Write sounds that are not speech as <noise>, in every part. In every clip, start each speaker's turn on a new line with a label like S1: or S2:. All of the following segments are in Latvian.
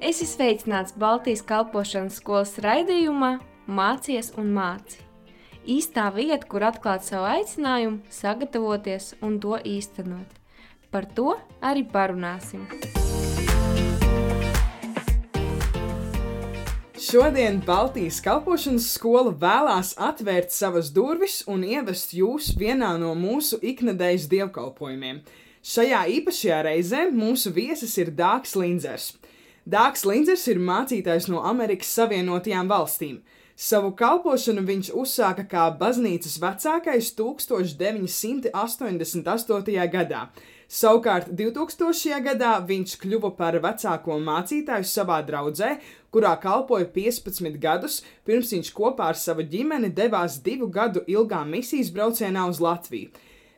S1: Esi sveicināts Baltijas kalpošanas skolas raidījumā Mācies un māci. Īstā vieta, kur atklāt savu aicinājumu, sagatavoties un to īstenot. Par to arī parunāsim.
S2: Šodien Baltijas kalpošanas skola vēlās atvērt savas durvis un ievest jūs vienā no mūsu iknedēļas dievkalpojumiem. Šajā īpašajā reizē mūsu viesis ir Dārgs Linzers. Dārgs Linzers ir mācītājs no Amerikas Savienotajām valstīm. Savu kalpošanu viņš uzsāka kā baznīcas vecākais 1988. gadā. Savukārt 2000. gadā viņš kļuva par vecāko mācītāju savā draudzē, kurā kalpoja 15 gadus, pirms viņš kopā ar savu ģimeni devās divu gadu ilgā misijas braucienā uz Latviju.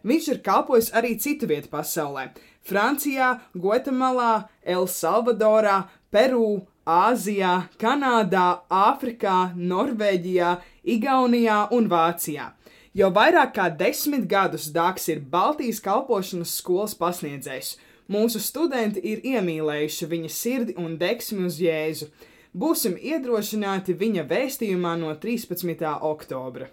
S2: Viņš ir kalpojis arī citu vietu pasaulē - Francijā, Gvatemalā, El Salvadorā, Peru, Āzijā, Kanādā, Āfrikā, Norvēģijā, Igaunijā un Vācijā. Jau vairāk kā desmit gadus Dārgs ir Baltijas kalpošanas skolas pasniedzējs. Mūsu studenti ir iemīlējuši viņa sirdi un deksmi uz Jēzu. Būsim iedrošināti viņa vēstījumā no 13. oktobra.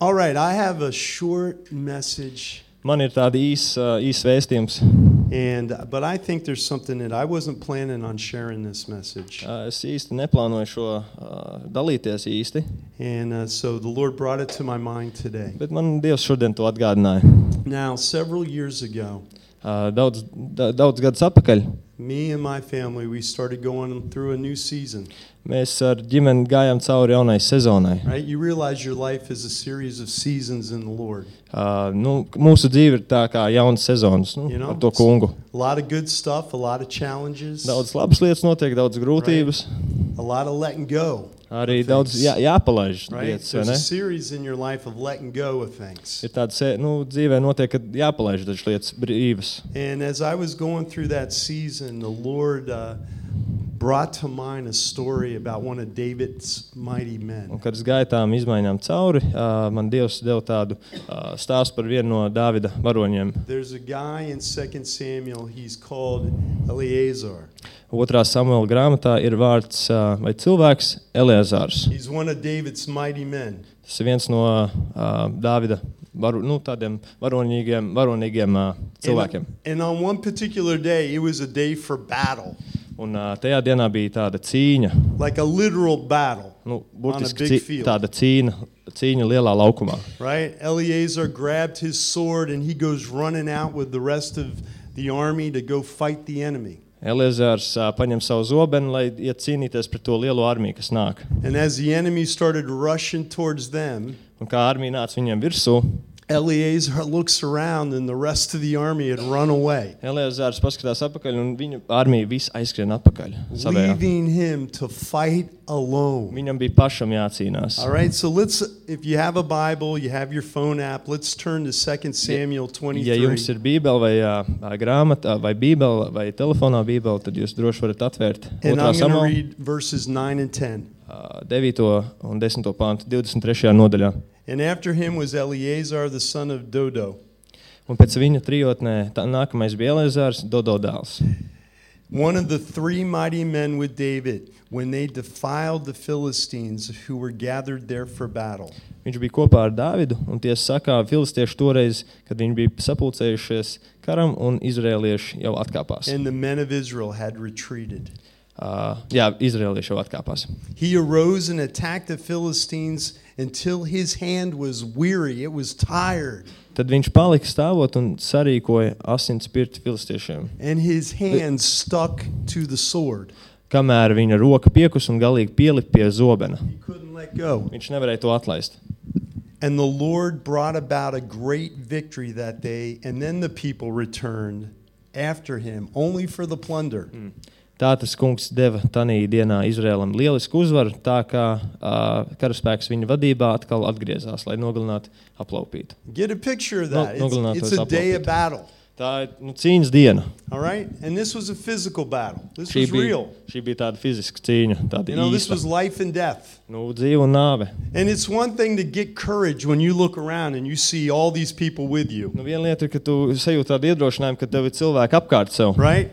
S3: All right, I have a short message,
S4: Man ir tāds īss īs vēstījums.
S3: and but I think there's something that I wasn't planning on sharing this message,
S4: Uh, Es īsti neplānoju šo uh, dalīties īsti,
S3: and uh, so the Lord brought it to my mind today.
S4: bet man Dievs šodien to atgādināja.
S3: Now, several years ago,
S4: Uh, Daudz, da, daudz gadus atpakaļ
S3: me and my family we started going through a new season.
S4: mēs ar ģimeni gājām cauri jaunai sezonai.
S3: Right? You realize your life is a series of seasons in the Lord.
S4: Uh, Nu, k- mūsu dzīve ir tā kā jauns sezonas nu,
S3: You know,
S4: ar to kungu.
S3: A lot of good stuff, a lot of challenges,
S4: Daudz labas lietas notiek, daudz grūtības,
S3: a lot of letting go.
S4: arī daudz jā, jāpalaiž
S3: Right?
S4: lietas. vai
S3: There's
S4: ne?
S3: a series in your life of letting go of things.
S4: Ir tāda se- nu, dzīvē notiek, ka jāpalaiž dažas lietas brīvas.
S3: And as I was going through that season, the Lord uh, brought to mind a story about one of David's mighty
S4: Un,
S3: men.
S4: kad es gāju tām izmaiņām cauri, ā, man Dievs deva tādu ā, stāstu par vienu no Dāvida varoņiem.
S3: There's a guy in 2 Samuel, he's called Eleazar.
S4: Otrā samuēlā grāmatā ir vārds ā, vai cilvēks Eleazars.
S3: He's one of David's mighty men.
S4: Tas ir viens no ā, Dāvida varu, nu, tādiem varonīgiem, varonīgiem ā, cilvēkiem.
S3: And, and on one particular day, it was a day for battle,
S4: Un, ā, tajā dienā bija tāda cīņa,
S3: like a literal battle,
S4: nu,
S3: On a
S4: burtiski
S3: big
S4: cī,
S3: field.
S4: tāda cīņa, cīņa lielā laukumā.
S3: right? Eleazar grabbed his sword and he goes running out with the rest of the army to go fight the enemy.
S4: Eleazars ā, paņem savu zobenu, lai iet cīnīties pret to lielo armiju, kas nāk.
S3: And as the enemy started rushing towards them,
S4: Un kā armija nāca viņiem virsū,
S3: Eleazar looks around and the rest of the army had run away,
S4: Eleazars paskatās atpakaļ, un viņa armija viss aizskrien atpakaļ. savējā.
S3: leaving him to fight alone.
S4: Viņam bija pašam jācīnās.
S3: All right, so let's, if you have a Bible, you have your phone app, let's turn to 2 Samuel
S4: Ja
S3: 23.
S4: jums ir bībele vai ā, ā, grāmata, vai bībele, vai telefonā bībele, tad jūs droši varat atvērt
S3: And I'm
S4: 2.
S3: going to
S4: samuēlā
S3: read verses 9 and 10.
S4: 9. un 10. pāntu 23. nodaļā.
S3: And after him was Eleazar the son of Dodo,
S4: Un pēc viņa trijotnē tā, nākamais bija Eleazars Dodo dēls.
S3: one of the three mighty men with David, when they defiled the Philistines who were gathered there for battle.
S4: Viņš bija kopā ar Dāvidu, un tie sakā filistieši toreiz, kad viņi bija sapulcējušies karam, un izrēlieši jau atkāpās.
S3: And the men of Israel had retreated.
S4: Uh, jā, izrēlieši jau atkāpās.
S3: He arose and attacked the Philistines until his hand was weary, it was tired,
S4: Tad viņš palika stāvot un sarīkoja asins pirti filistiešiem,
S3: and his hand stuck to the sword.
S4: kamēr viņa roka piekus un galīgi pielika pie zobena.
S3: He couldn't let go.
S4: Viņš nevarēja to atlaist.
S3: And the Lord brought about a great victory that day, and then the people returned after him, only for the plunder.
S4: Hmm. Tā tas kungs deva tajā dienā Izrēlam lielisku uzvaru, tā kā uh, karaspēks viņa vadībā atkal atgriezās, lai nogalinātu aplaupītu.
S3: Get a picture of
S4: No-
S3: that.
S4: no, no, no,
S3: it's it's
S4: it's
S3: a day
S4: uploaded.
S3: of battle.
S4: Tā ir nu, cīņas diena.
S3: All right? And this was a physical battle. This was
S4: Šī bija,
S3: real.
S4: šī bija tāda fiziska cīņa, tāda
S3: You know, this
S4: īsta
S3: was life and death.
S4: nu, dzīve un nāve.
S3: And it's one thing to get courage when you look around and you see all these people with you,
S4: Nu, viena lieta ir, ka tu sajūti tādu iedrošinājumu, ka tev ir cilvēki apkārt sev.
S3: right?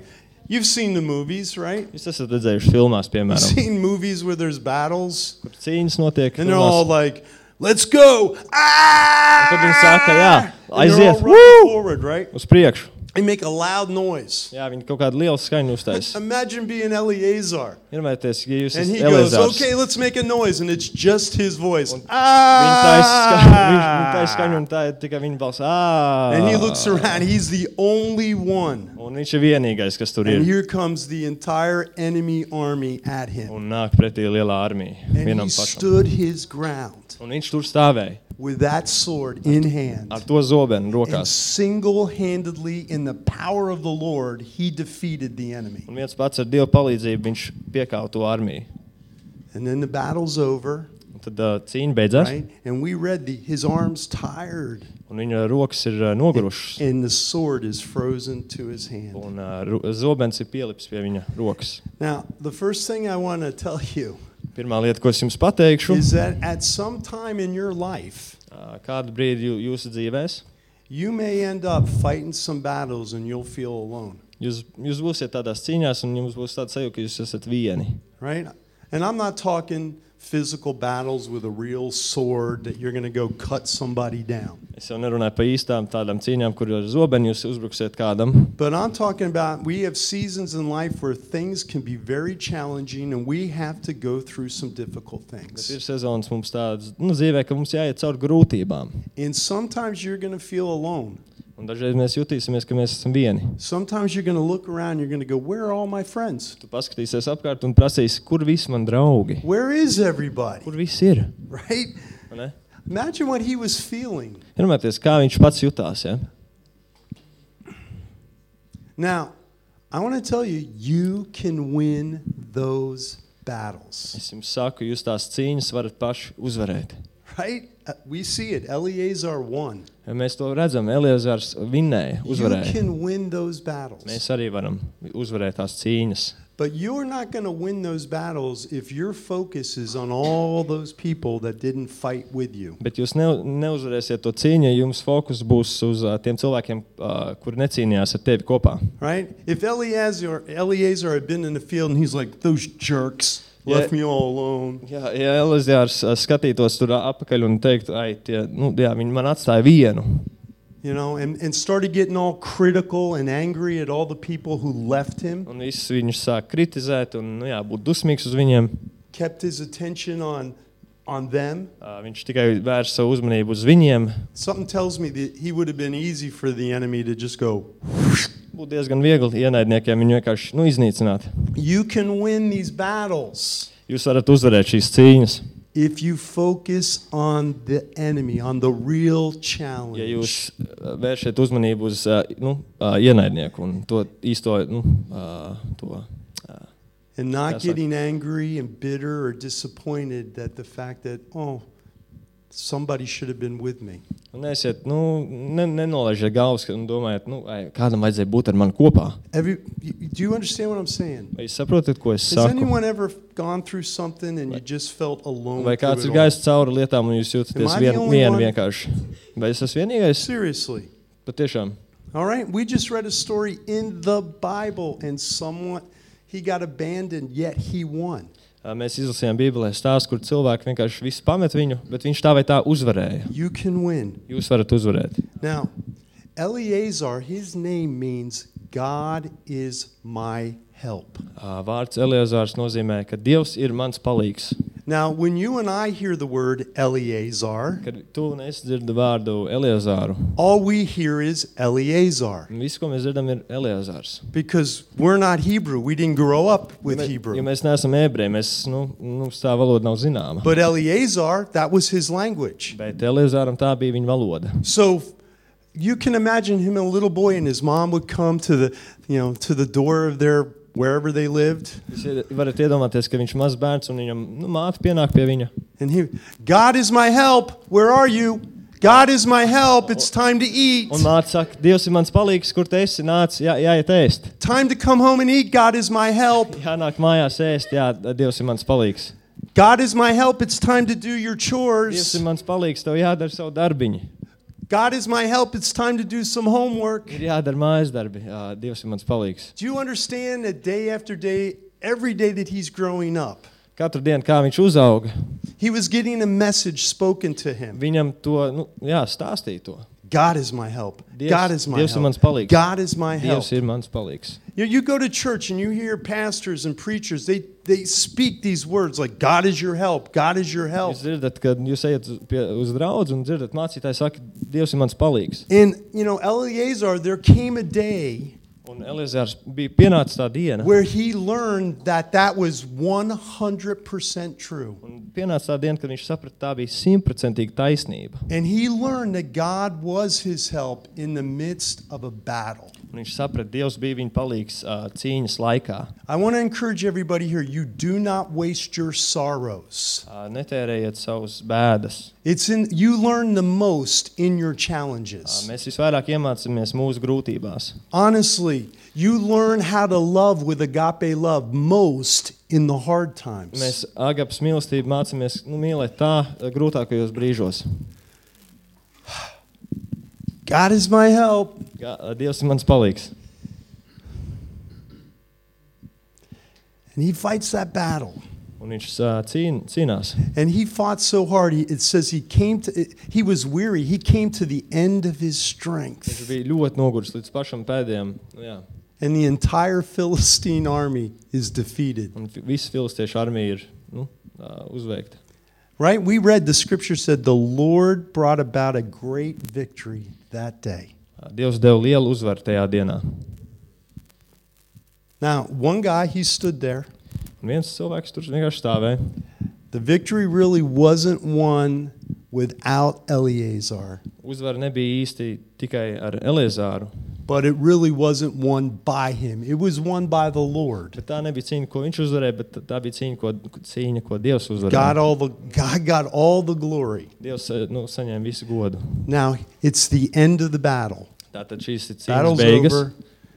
S3: You've seen the movies, right?
S4: Jūs esat redzējuši filmās,
S3: You've <laughs>
S4: piemēram,
S3: seen movies where there's battles,
S4: kur cīņas notiek.
S3: and they're all
S4: filmās.
S3: like, "Let's go!" Ah!
S4: Tad viņi saka, jā,
S3: And they're all
S4: aiziet
S3: running forward, right?
S4: uz priekšu.
S3: They make a loud noise.
S4: Jā, viņi kaut kādu lielu skaņu
S3: <laughs>
S4: uztaisīja.
S3: Imagine being Eleazar,
S4: Iedomājieties, ja jūs
S3: and he
S4: esat
S3: goes,
S4: Elizabets.
S3: "Okay, let's make a noise," and it's just his voice.
S4: Viņa taisa skaņu, viņš- viņa
S3: Ah!
S4: taisa skaņu, un tā ir tikai viņa balss. "Ā!"
S3: And he looks around. He's the only one.
S4: Un viņš ir vienīgais, kas tur
S3: And
S4: ir.
S3: here comes the entire enemy army at him.
S4: Un nāk pretī lielā armija.
S3: And he
S4: Vienam pašam.
S3: stood his ground
S4: Un viņš tur stāvēja
S3: with that sword in hand.
S4: ar to zobenu
S3: And
S4: rokās.
S3: single handedly, in the power of the Lord, he defeated the enemy.
S4: Un viens pats ar dievu palīdzību viņš piekāva to armiju.
S3: And then the battle's over,
S4: Un tad uh, cīņa beidzās,
S3: right? And we read the, his arms tired,
S4: un viņa rokas ir uh, nogurušas.
S3: and the sword is frozen to his hand.
S4: Un uh, ru- zobens ir pielips pie viņa rokas.
S3: Now, the first thing I want to tell you
S4: Pirmā lieta, ko es jums pateikšu,
S3: is that at some time in your life,
S4: uh, kādu brīdi jū- jūsu dzīvēs
S3: you may end up fighting some battles and you'll feel alone,
S4: jūs, jūs būsiet tādās cīņās, un jums būs tāds sajūta, ka jūs esat vieni.
S3: right? And I'm not talking physical battles with a real sword that you're going to go cut somebody down.
S4: Es jau nerunāju par īstām tādām cīņām, kur ar zobenu jūs uzbruksiet kādam.
S3: But I'm talking about we have seasons in life where things can be very challenging and we have to go through some difficult
S4: Bet ir
S3: things.
S4: sezonas mums tādas nu, dzīvē, ka mums jāiet cauri grūtībām.
S3: And sometimes you're going to feel alone.
S4: Un dažreiz mēs jutīsimies, ka mēs esam vieni.
S3: Sometimes you're going to look around, you're going to go, Where are all my friends?
S4: Tu paskatīsies apkārt un prasīsi, kur visi mani draugi?
S3: Where is everybody?
S4: Kur visi ir?
S3: <laughs> Right?
S4: vai ne?
S3: Imagine what he was feeling.
S4: Iedomājieties, kā viņš pats jutās. Ja?
S3: Now, I want to tell you, you can win those battles.
S4: Es jums saku, jūs tās cīņas varat paši uzvarēt.
S3: <laughs> Right? Uh, We see it. Eleazar won.
S4: Ja mēs to redzam, Eliezars vinnēja,
S3: You
S4: uzvarēja.
S3: can win those battles.
S4: Mēs arī varam uzvarēt tās cīņas.
S3: But you're not going to win those battles if your focus is on all those people that didn't fight with you.
S4: Bet jūs ne, neuzvarēsiet to cīņu, ja jums fokus būs uz uh, tiem cilvēkiem, uh, kuri necīnījās ar tevi kopā.
S3: Right? If Eleazar, Eleazar had been in the field and he's like, those jerks left
S4: Yeah.
S3: me all alone.
S4: Jā, ja Elizabets skatītos tur atpakaļ un teiktu, ah, nu, jā, viņi man atstāja vienu.
S3: You know, and, and started getting all critical and angry at all the people who left him,
S4: Un visus viņus sāk kritizēt, un nu, jā, būt dusmīgs uz viņiem.
S3: kept his attention on, on them.
S4: Uh, viņš tikai vērsa savu uzmanību uz viņiem.
S3: Something tells me that he would have been easy for the enemy to just go,
S4: Būtu diezgan viegli ienaidniekiem viņu vienkārši nu, iznīcināt.
S3: You can win these battles.
S4: Jūs varat uzvarēt šīs cīņas,
S3: If you focus on the enemy, on the real challenge,
S4: ja jūs uh, vēršat uzmanību uz uh, nu, uh, ienaidnieku un to īsto. Nu, uh, to, uh,
S3: and not
S4: That's right.
S3: getting angry and bitter or disappointed at the fact that, oh, somebody should have been with me.
S4: un Nesiet, nu, ne, nenolaižiet galvas un domājiet, nu, ai, kādam vajadzēja būt ar mani kopā.
S3: Every, you, you- do you understand what I'm saying?
S4: Vai jūs saprotat, ko es
S3: Has
S4: saku?
S3: anyone ever gone through something and you just felt alone?
S4: Vai
S3: through
S4: kāds
S3: it
S4: ir
S3: all?
S4: gājis cauri lietām, un jūs
S3: Am
S4: jūtaties
S3: I the
S4: vien,
S3: only
S4: vien
S3: one?
S4: vienkārši? Vai es esmu vienīgais?
S3: Seriously.
S4: Patiešām.
S3: All right, we just read a story in the Bible and someone, he got abandoned, yet he won.
S4: Ā, Mēs izlasījām Bībelē stāstu, kur cilvēki vienkārši visu pamet viņu, bet viņš tā vai tā uzvarēja.
S3: You can win.
S4: Jūs varat uzvarēt.
S3: Now, Eleazar, his name means God is my help.
S4: Ā, Vārds Eliezārs nozīmē, ka Dievs ir mans palīgs.
S3: Now, when you and I hear the word Eleazar,
S4: Kad tu un es dzirdu vārdu Eliezāru,
S3: all we hear is Eleazar
S4: viss, ko mēs dzirdam, ir Eliezārs.
S3: because we're not Hebrew. We didn't grow up with
S4: Mē- Ja
S3: Hebrew.
S4: mēs neesam ebreji, mēs, nu, mums tā valoda nav zināma.
S3: But Eleazar, that was his language.
S4: Bet Eliezāram tā bija viņa valoda.
S3: So you can imagine him a little boy and his mom would come to the, you know, to the door of their wherever they lived
S4: Jūs ied- varat iedomāties, ka viņš ir mazs bērns un viņam nu, māte pienāk pie viņa.
S3: and he, God is my help. Where are you? God is my help. It's time to eat.
S4: Un māte saka, Dievs ir mans palīgs, kur tu esi nācis, jā, jāiet ēst.
S3: Time to come home and eat. God is my help.
S4: Jānāk mājās ēst, jā, Dievs ir mans palīgs.
S3: God is my help. It's time to do your
S4: Dievs
S3: chores.
S4: ir mans palīgs, tev jādara savu darbiņu.
S3: God is my help. It's time to do some homework.
S4: Ir jādara mājas darbi, ā, Dievs ir mans palīgs.
S3: Do you understand that day after day, every day that he's growing up,
S4: Katru dienu, kā viņš uzauga,
S3: he was getting a message spoken to him
S4: viņam to nu, jā, stāstīja. To.
S3: God is my help.
S4: Dievs-
S3: God is my
S4: Dievs ir
S3: help.
S4: mans palīgs.
S3: God is my help.
S4: Dievs ir mans palīgs.
S3: You, you go to church and you hear pastors and preachers, they, they speak these words like, God is your help. God is your help.
S4: Jūs dzirdat, kad jūs ejat uz- pie, uz draugu un dzirdat, mācītāji saka, Dievs ir mans palīgs.
S3: And, you know, Eleazar, there came a day
S4: Un Elizārs bija pienācis tā diena.
S3: where he learned that that was 100% true.
S4: Un pienāca tā diena, kad viņš saprata, tā bija simtprocentīga taisnība.
S3: And he learned that God was his help in the midst of a battle.
S4: Un viņš saprata, Dievs bija viņa palīgs uh, cīņas laikā.
S3: I want to encourage everybody here you do not waste your sorrows.
S4: Uh, netērējiet savas bēdas.
S3: It's in you learn the most in your
S4: Uh,
S3: challenges.
S4: mēs visvairāk iemācāmies mūsu grūtībās.
S3: Honestly, you learn how to love with agape love most in the hard times.
S4: Mēs agapas mīlestību mācāmies nu, mīlēt tā uh, grūtākajos brīžos.
S3: God is my help.
S4: Gā, uh, Dievs ir mans palīgs.
S3: And he fights that battle.
S4: Un viņš uh, cīn, cīnās.
S3: And he fought so hard. He, it says he came to he was weary. He came to the end of his
S4: Viņš
S3: strength.
S4: bija ļoti noguris līdz pašam pēdējiem. Nu, jā.
S3: And the entire Philistine army is defeated.
S4: Un fi- visa filistiešu armija ir nu, uh, uzveikta.
S3: Right? We read the scripture said the Lord brought about a great victory that day.
S4: Uh, Dievs deva lielu uzvaru tajā dienā.
S3: Now, one guy he stood there.
S4: Un viens cilvēks tur vienkārši stāvēja.
S3: The victory really wasn't won without Eleazar,
S4: Uzvara nebija īsti tikai ar Elēzāru,
S3: but it really wasn't won by him. It was won by the Lord.
S4: bet tā nebija cīņa, ko viņš uzvarēja, bet tā bija cīņa, ko, cīņa, ko Dievs
S3: God
S4: uzvarēja.
S3: all the God got all the glory.
S4: Dievs eh, nu, saņēma visu godu.
S3: Now, it's the end of the battle.
S4: Tātad šīs ir cīņas
S3: Battle's
S4: beigas.
S3: over.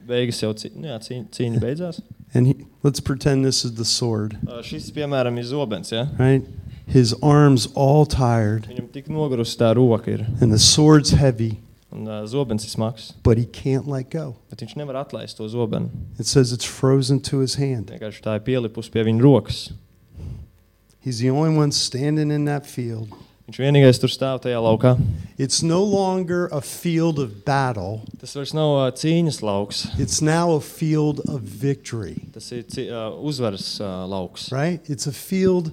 S4: Beigas jau cīņa, jā, cīņa, cīņa beidzās.
S3: And he, let's pretend this is the sword,
S4: Uh, šis, piemēram, ir zobens. Ja?
S3: right? His arms all tired
S4: Viņam tik nogurusi tā roka ir.
S3: and the sword's heavy,
S4: Un, uh, zobens ir smags,
S3: but he can't let go.
S4: bet viņš nevar atlaist to zobenu.
S3: It says it's frozen to his hand.
S4: Vienkārši tā ir pielipusi pie viņa rokas.
S3: He's the only one standing in that field.
S4: Viņš vienīgais tur stāv tajā laukā.
S3: It's no longer a field of battle,
S4: Tas vairs nav uh, cīņas lauks.
S3: it's now a field of victory,
S4: Tas ir ci- uh, uzvaras uh, lauks.
S3: right? It's a field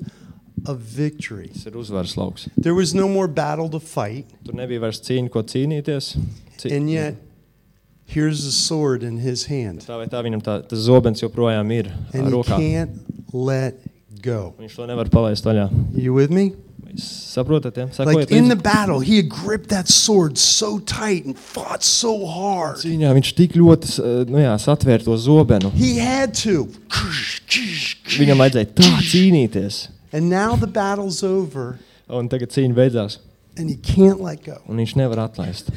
S3: of victory.
S4: Tas ir uzvaras lauks.
S3: There was no more battle to fight,
S4: Tur nebija vairs cīņa, ko cīnīties. Ci-
S3: and yet here's the sword in his hand,
S4: tā vai tā viņam tā, tas zobens joprojām ir uh,
S3: and he
S4: rokā.
S3: can't let go.
S4: Viņš to nevar palaist vaļā.
S3: You with me?
S4: Jūs saprotat, ja?
S3: Like
S4: Sakojiet,
S3: in the
S4: līdzi.
S3: battle, he had gripped that sword so tight and fought so hard.
S4: Cīņā viņš tik ļoti s- uh, nu, jā, satvēra to zobenu.
S3: He had to.
S4: Viņam vajadzēja tā cīnīties.
S3: And now the battle's over
S4: Un tagad cīņa beidzās,
S3: and he can't let go.
S4: un viņš nevar atlaist.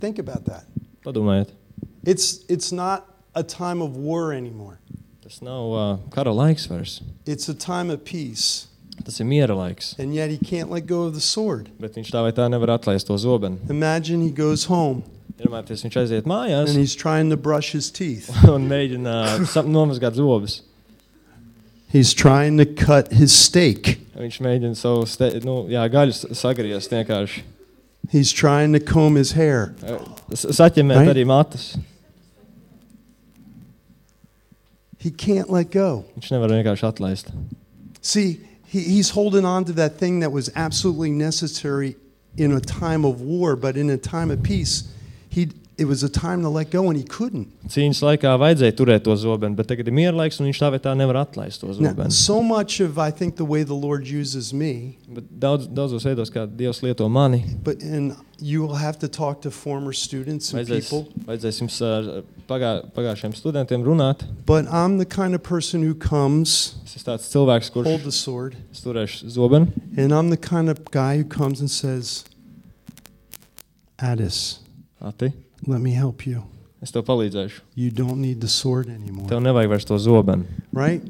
S3: Think about that.
S4: Padomājiet,
S3: It's it's not a time of war anymore.
S4: tas nav uh, kara laiks vairs.
S3: It's a time of peace.
S4: Tas ir miera laiks.
S3: And yet he can't let go of the sword.
S4: Bet viņš tā vai tā nevar atlaist to zobenu.
S3: Imagine he goes home
S4: Iedomājieties, viņš aiziet mājās
S3: and he's trying to brush his teeth.
S4: <laughs> un mēģina sap- nomazgāt zobus.
S3: He's trying to cut his steak.
S4: Viņš mēģina savu ste- nu, jā, gaļu s- sagriezt vienkārši.
S3: He's trying to comb his hair.
S4: S- Saķemēt
S3: Vai?
S4: arī matus.
S3: He can't let go.
S4: Viņš nevar vienkārši atlaist.
S3: See, he, he's holding on to that thing that was absolutely necessary in a time of war, but in a time of peace, he it was a time to let go, and he couldn't.
S4: Cīņas laikā vajadzēja turēt to zobenu, bet tagad ir miera laiks, un viņš tā vai tā nevar atlaist to
S3: Now,
S4: zobenu.
S3: so much of I think the way the Lord uses me,
S4: Bet Daudz, daudzos veidos, kā Dievs lieto mani,
S3: but and you will have to talk to former students and
S4: vajadzēs,
S3: people.
S4: vajadzēs jums ar pagā, pagājušiem studentiem runāt.
S3: But I'm the kind of person who comes,
S4: Es esmu tāds cilvēks,
S3: hold
S4: kurš
S3: the sword,
S4: es turēšu zobenu,
S3: and I'm the kind of guy who comes and says, "Addis,
S4: Ati,
S3: let me help you.
S4: es tev palīdzēšu.
S3: You don't need the sword anymore."
S4: Tev nevajag vairs to zobenu.
S3: right?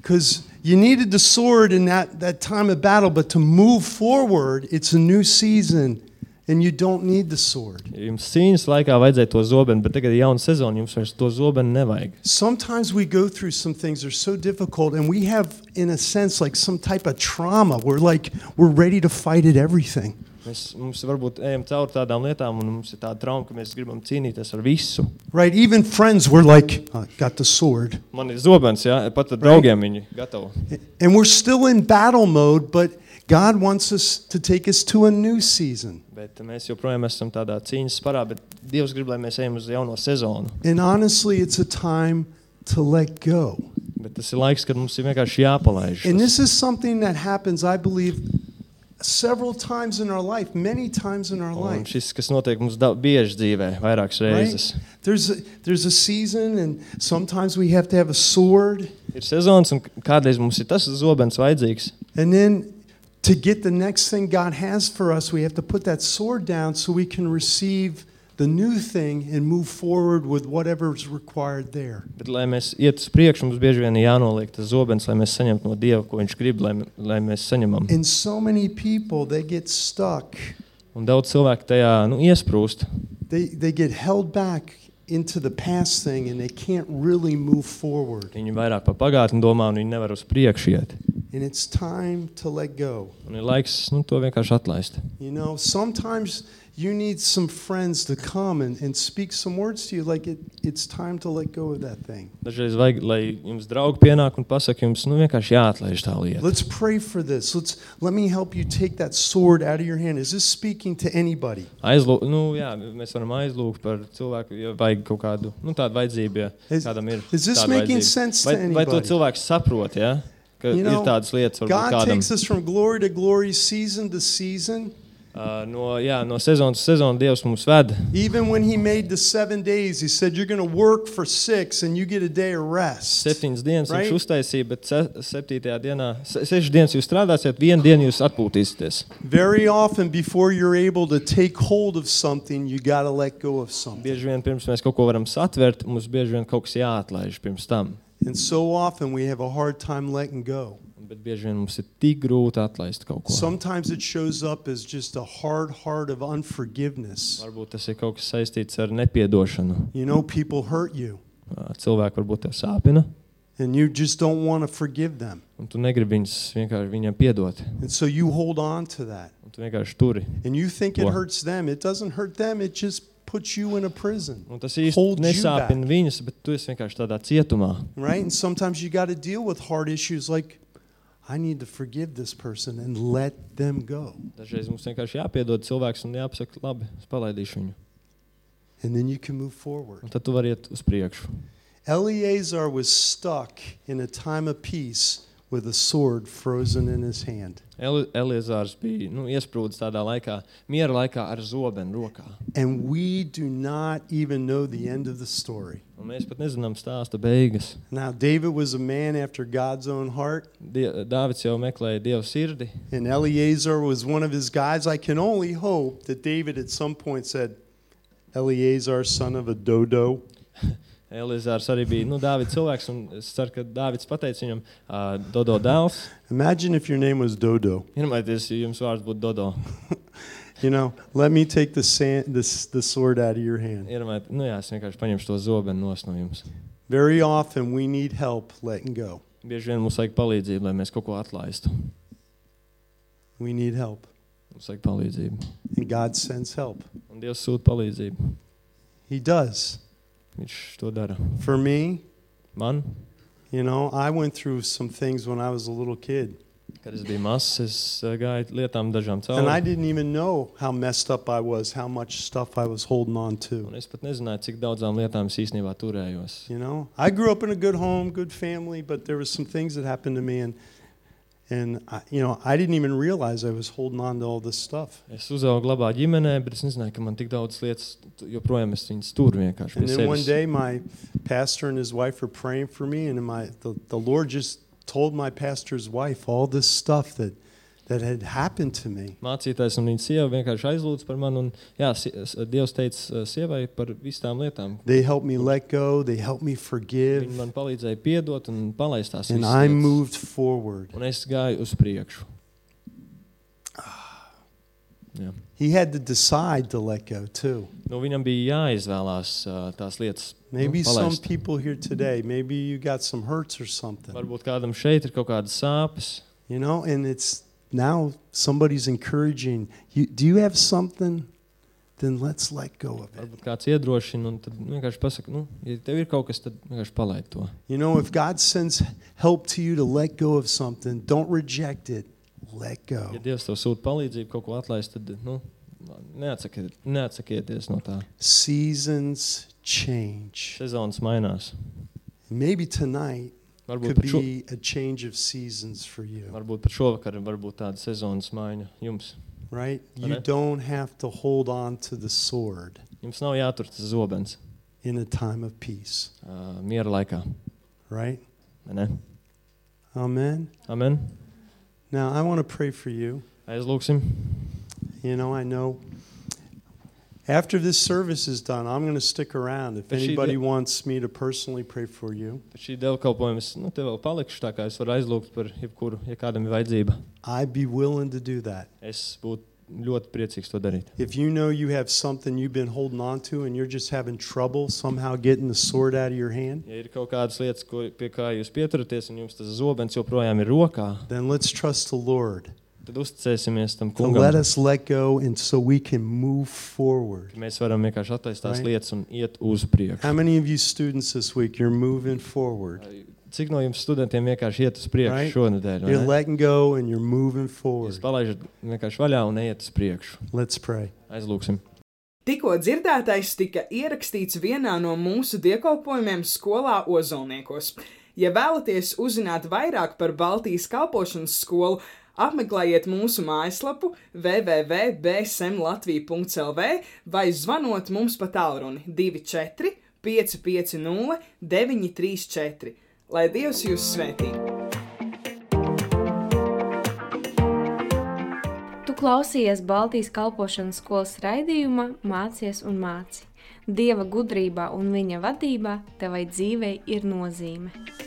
S3: Because You needed the sword in that, that time of battle, but to move forward, it's a new season, and you don't need the sword.
S4: Jums cīņas laikā vajadzēja to zobenu, bet tagad ir jauna sezona, jums vairs to zobenu nevajag.
S3: Sometimes we go through some things that are so difficult, and we have, in a sense, like some type of trauma. We're like, we're ready to fight at everything.
S4: Mēs mums varbūt ejam cauri tādām lietām, un mums ir tāda trauma, ka mēs gribam cīnīties ar visu.
S3: Right? Even friends, we're like, "Oh, got the sword.
S4: Man ir zobens, ja pat ar draugiem viņi gatavi.
S3: And we're still in battle mode, but God wants us to take us to a new season.
S4: Bet mēs joprojām esam tādā cīņas parā, bet Dievs grib, lai mēs ejam uz jauno sezonu.
S3: And honestly, it's a time to let go.
S4: Bet tas ir laiks, kad mums ir vienkārši jāpalaiž.
S3: And
S4: Tas,
S3: this is something that happens, I believe, several times in our life, many times in our
S4: un
S3: life.
S4: šis, kas notiek mums da, bieži dzīvē, vairākas reizes.
S3: Right? There's a, there's a season, and sometimes we have to have a sword,
S4: Ir sezons, un kādreiz mums ir tas zobens vajadzīgs.
S3: and then to get the next thing God has for us, we have to put that sword down so we can receive the new thing and move forward with whatever's required there.
S4: Bet, lai mēs iet uz priekšu, mums bieži vien ir jānoliek tas zobens, lai mēs saņemtu no Dieva, ko Viņš grib, lai, m- lai mēs saņemam.
S3: And so many people they get stuck.
S4: Un daudz cilvēku tajā nu, iesprūst.
S3: They they get held back into the past thing and they can't really move forward.
S4: Viņi vairāk par pagātni domā, un viņi nevar uz priekšu iet.
S3: And it's time to let go.
S4: Un ir laiks nu, to vienkārši atlaist.
S3: You know, sometimes you need some friends to come and, and speak some words to you like it, it's time to let go of that thing.
S4: Dažreiz vajag, lai jums draugi pienāk un pasakā, jums nu, vienkārši jāatlaiž tā lieta.
S3: Let's pray for this. Let's let me help you take that sword out of your hand. Is this speaking to anybody?
S4: Aizlū, nu, jā, mēs varam aizlūgt par cilvēku, ja vajag kaut kādu nu, tādu vajadzību, ja
S3: Is-
S4: kādam ir.
S3: is this
S4: tāda
S3: making
S4: vajadzība.
S3: sense to
S4: vai, vai to
S3: anybody?
S4: cilvēks saprot? Ja? Ka
S3: You
S4: you know,
S3: know,
S4: ir tādas lietas, kas manā
S3: God takes
S4: skatījumā,
S3: us from glory to glory, season to season.
S4: no, jā, no sezonas uz sezonu Dievs mums ved.
S3: Even when he made the seven days, he said, You're going to work for six and you get a day of rest.
S4: Septiņas dienas right.
S3: Right.
S4: viņš uztaisīja, bet se, septītajā dienā, se, sešas dienas jūs strādāsiet, vienu dienu jūs atpūtīsieties.
S3: Very often, before you're able to take hold of something, you got to let go of something.
S4: Bieži vien pirms mēs kaut ko varam satvert, mums bieži vien kaut kas jāatlaiž pirms tam.
S3: And so often, we have a hard time letting go.
S4: Bet bieži vien mums ir tik grūti atlaist kaut ko.
S3: Sometimes it shows up as just a hard heart of unforgiveness.
S4: Varbūt tas ir kaut kas saistīts ar nepiedošanu.
S3: You know, people hurt you
S4: Ā, cilvēki varbūt tev sāpina,
S3: and you just don't want to forgive them.
S4: un tu negribi viņus vienkārši viņiem piedot.
S3: And so you hold on to that.
S4: Un tu vienkārši turi.
S3: And you think it
S4: Wow.
S3: hurts them. It doesn't hurt them, it just puts you in a prison.
S4: Un tas īsti
S3: Hold you
S4: nesāpina
S3: back.
S4: viņus, bet tu esi vienkārši tādā cietumā.
S3: right? And sometimes you got to deal with hard issues like, I need to forgive this person and let them go.
S4: Dažreiz mums vienkārši jāpiedod cilvēks un jāpasaka, labi, es palaidīšu viņu.
S3: And then you can move forward.
S4: Un tad tu vari iet uz priekšu.
S3: Eleazar was stuck in a time of peace with a sword frozen in his hand.
S4: Eli- Eliezārs bija nu, iesprūdis tādā laikā, miera laikā ar zobenu rokā.
S3: And we do not even know the end of the story.
S4: Un mēs pat nezinām stāsta beigas.
S3: Now, David was a man after God's own heart,
S4: Die Dāvids jau meklēja Dieva sirdi,
S3: and Eleazar was one of his guys. I can only hope that David at some point said, Eleazar, son of a dodo.
S4: Elizārs arī bija nu, Dāvids cilvēks, un es ceru, ka Dāvids pateica viņam, uh, Dodo dēls. nu eh, Oh.
S3: that had happened to me.
S4: Mācītājs un viņa sieva vienkārši aizlūdza par mani. Un, jā, si- s- Dievs teica eh, sievai par visām lietām.
S3: They helped me let go, they helped me
S4: Viņa
S3: forgive,
S4: man palīdzēja piedot un palaist tās
S3: and
S4: visas
S3: I
S4: lietas.
S3: moved forward.
S4: Un es gāju uz priekšu. Jā.
S3: He had to decide to let go too.
S4: Nu, viņam bija jāizvēlās eh, tās lietas.
S3: Maybe
S4: nu,
S3: some
S4: palaist.
S3: people here today, maybe you got some hurts or something,
S4: Varbūt kādam šeit ir kaut kādas sāpes.
S3: you know, and it's now somebody's encouraging you. Do you have something? Then let's let go of it.
S4: Varbūt kāds iedrošina, un tad vienkārši pasaka, nu, ja tev ir kaut kas, tad vienkārši palaid to.
S3: You know, if God sends help to you to let go of something, don't reject it. Let
S4: Ja
S3: go.
S4: Dievs tev sūta palīdzību, kaut ko atlaist, tad nu, neatsaki, neatsakieties no tā.
S3: Seasons change.
S4: Sezonas mainās.
S3: Maybe tonight
S4: Varbūt
S3: could
S4: pat, šo,
S3: be a change of seasons for you,
S4: varbūt pat šovakar varbūt tāda sezonas maiņa jums.
S3: right? You
S4: Okay.
S3: don't have to hold on to the sword
S4: Jums nav jātur tas zobens
S3: in a time of peace,
S4: uh, miera laikā.
S3: right?
S4: vai Ne?
S3: Amen.
S4: Amen.
S3: Now, I want to pray for you.
S4: Aizlūksim.
S3: You know, I know after this service is done, I'm going to stick around. If
S4: But she
S3: anybody
S4: did-
S3: wants me to personally pray for you,
S4: Pēc šī dievkalpojuma es nu, tev vēl palikšu, tā kā es varu aizlūgt par jebkuru, ja kādam ir vajadzība.
S3: I'd be willing to do that.
S4: Es būtu ļoti priecīgs to darīt.
S3: If you know you have something you've been holding on to and you're just having trouble somehow getting the sword out of your hand,
S4: Ja ir kaut kādas lietas, ko, pie kā jūs pieturaties, un jums tas zobens joprojām ir rokā,
S3: then let's trust the Lord
S4: tad uzticēsimies tam
S3: to let
S4: kungam.
S3: us let go and so we can move forward.
S4: ka Mēs varam vienkārši atlaist tās
S3: Right.
S4: lietas un iet uz
S3: How
S4: priekšu.
S3: many of you students this week, you're moving forward?
S4: Cik no jums studentiem vienkārši iet uz priekšu
S3: Right.
S4: right. šonadēļ? vai
S3: You're
S4: ne?
S3: letting go and you're moving
S4: Jūs
S3: forward.
S4: palaižat vienkārši vaļā un ejiet uz priekšu.
S3: Let's pray.
S4: Aizlūksim.
S2: Tikko dzirdētais tika ierakstīts vienā no mūsu diegkalpojumiem skolā Ozolniekos. Ja vēlaties uzzināt vairāk par Baltijas kalpošanas skolu, apmeklējiet mūsu mājaslapu www.bsmlatvija.lv vai zvanot mums pa tālruni 24 550 934. Lai Dievs jūs svētī!
S1: Tu klausies Baltijas kalpošanas skolas raidījumā, mācies un māci. Dieva gudrībā un viņa vadībā tevai dzīvei ir nozīme.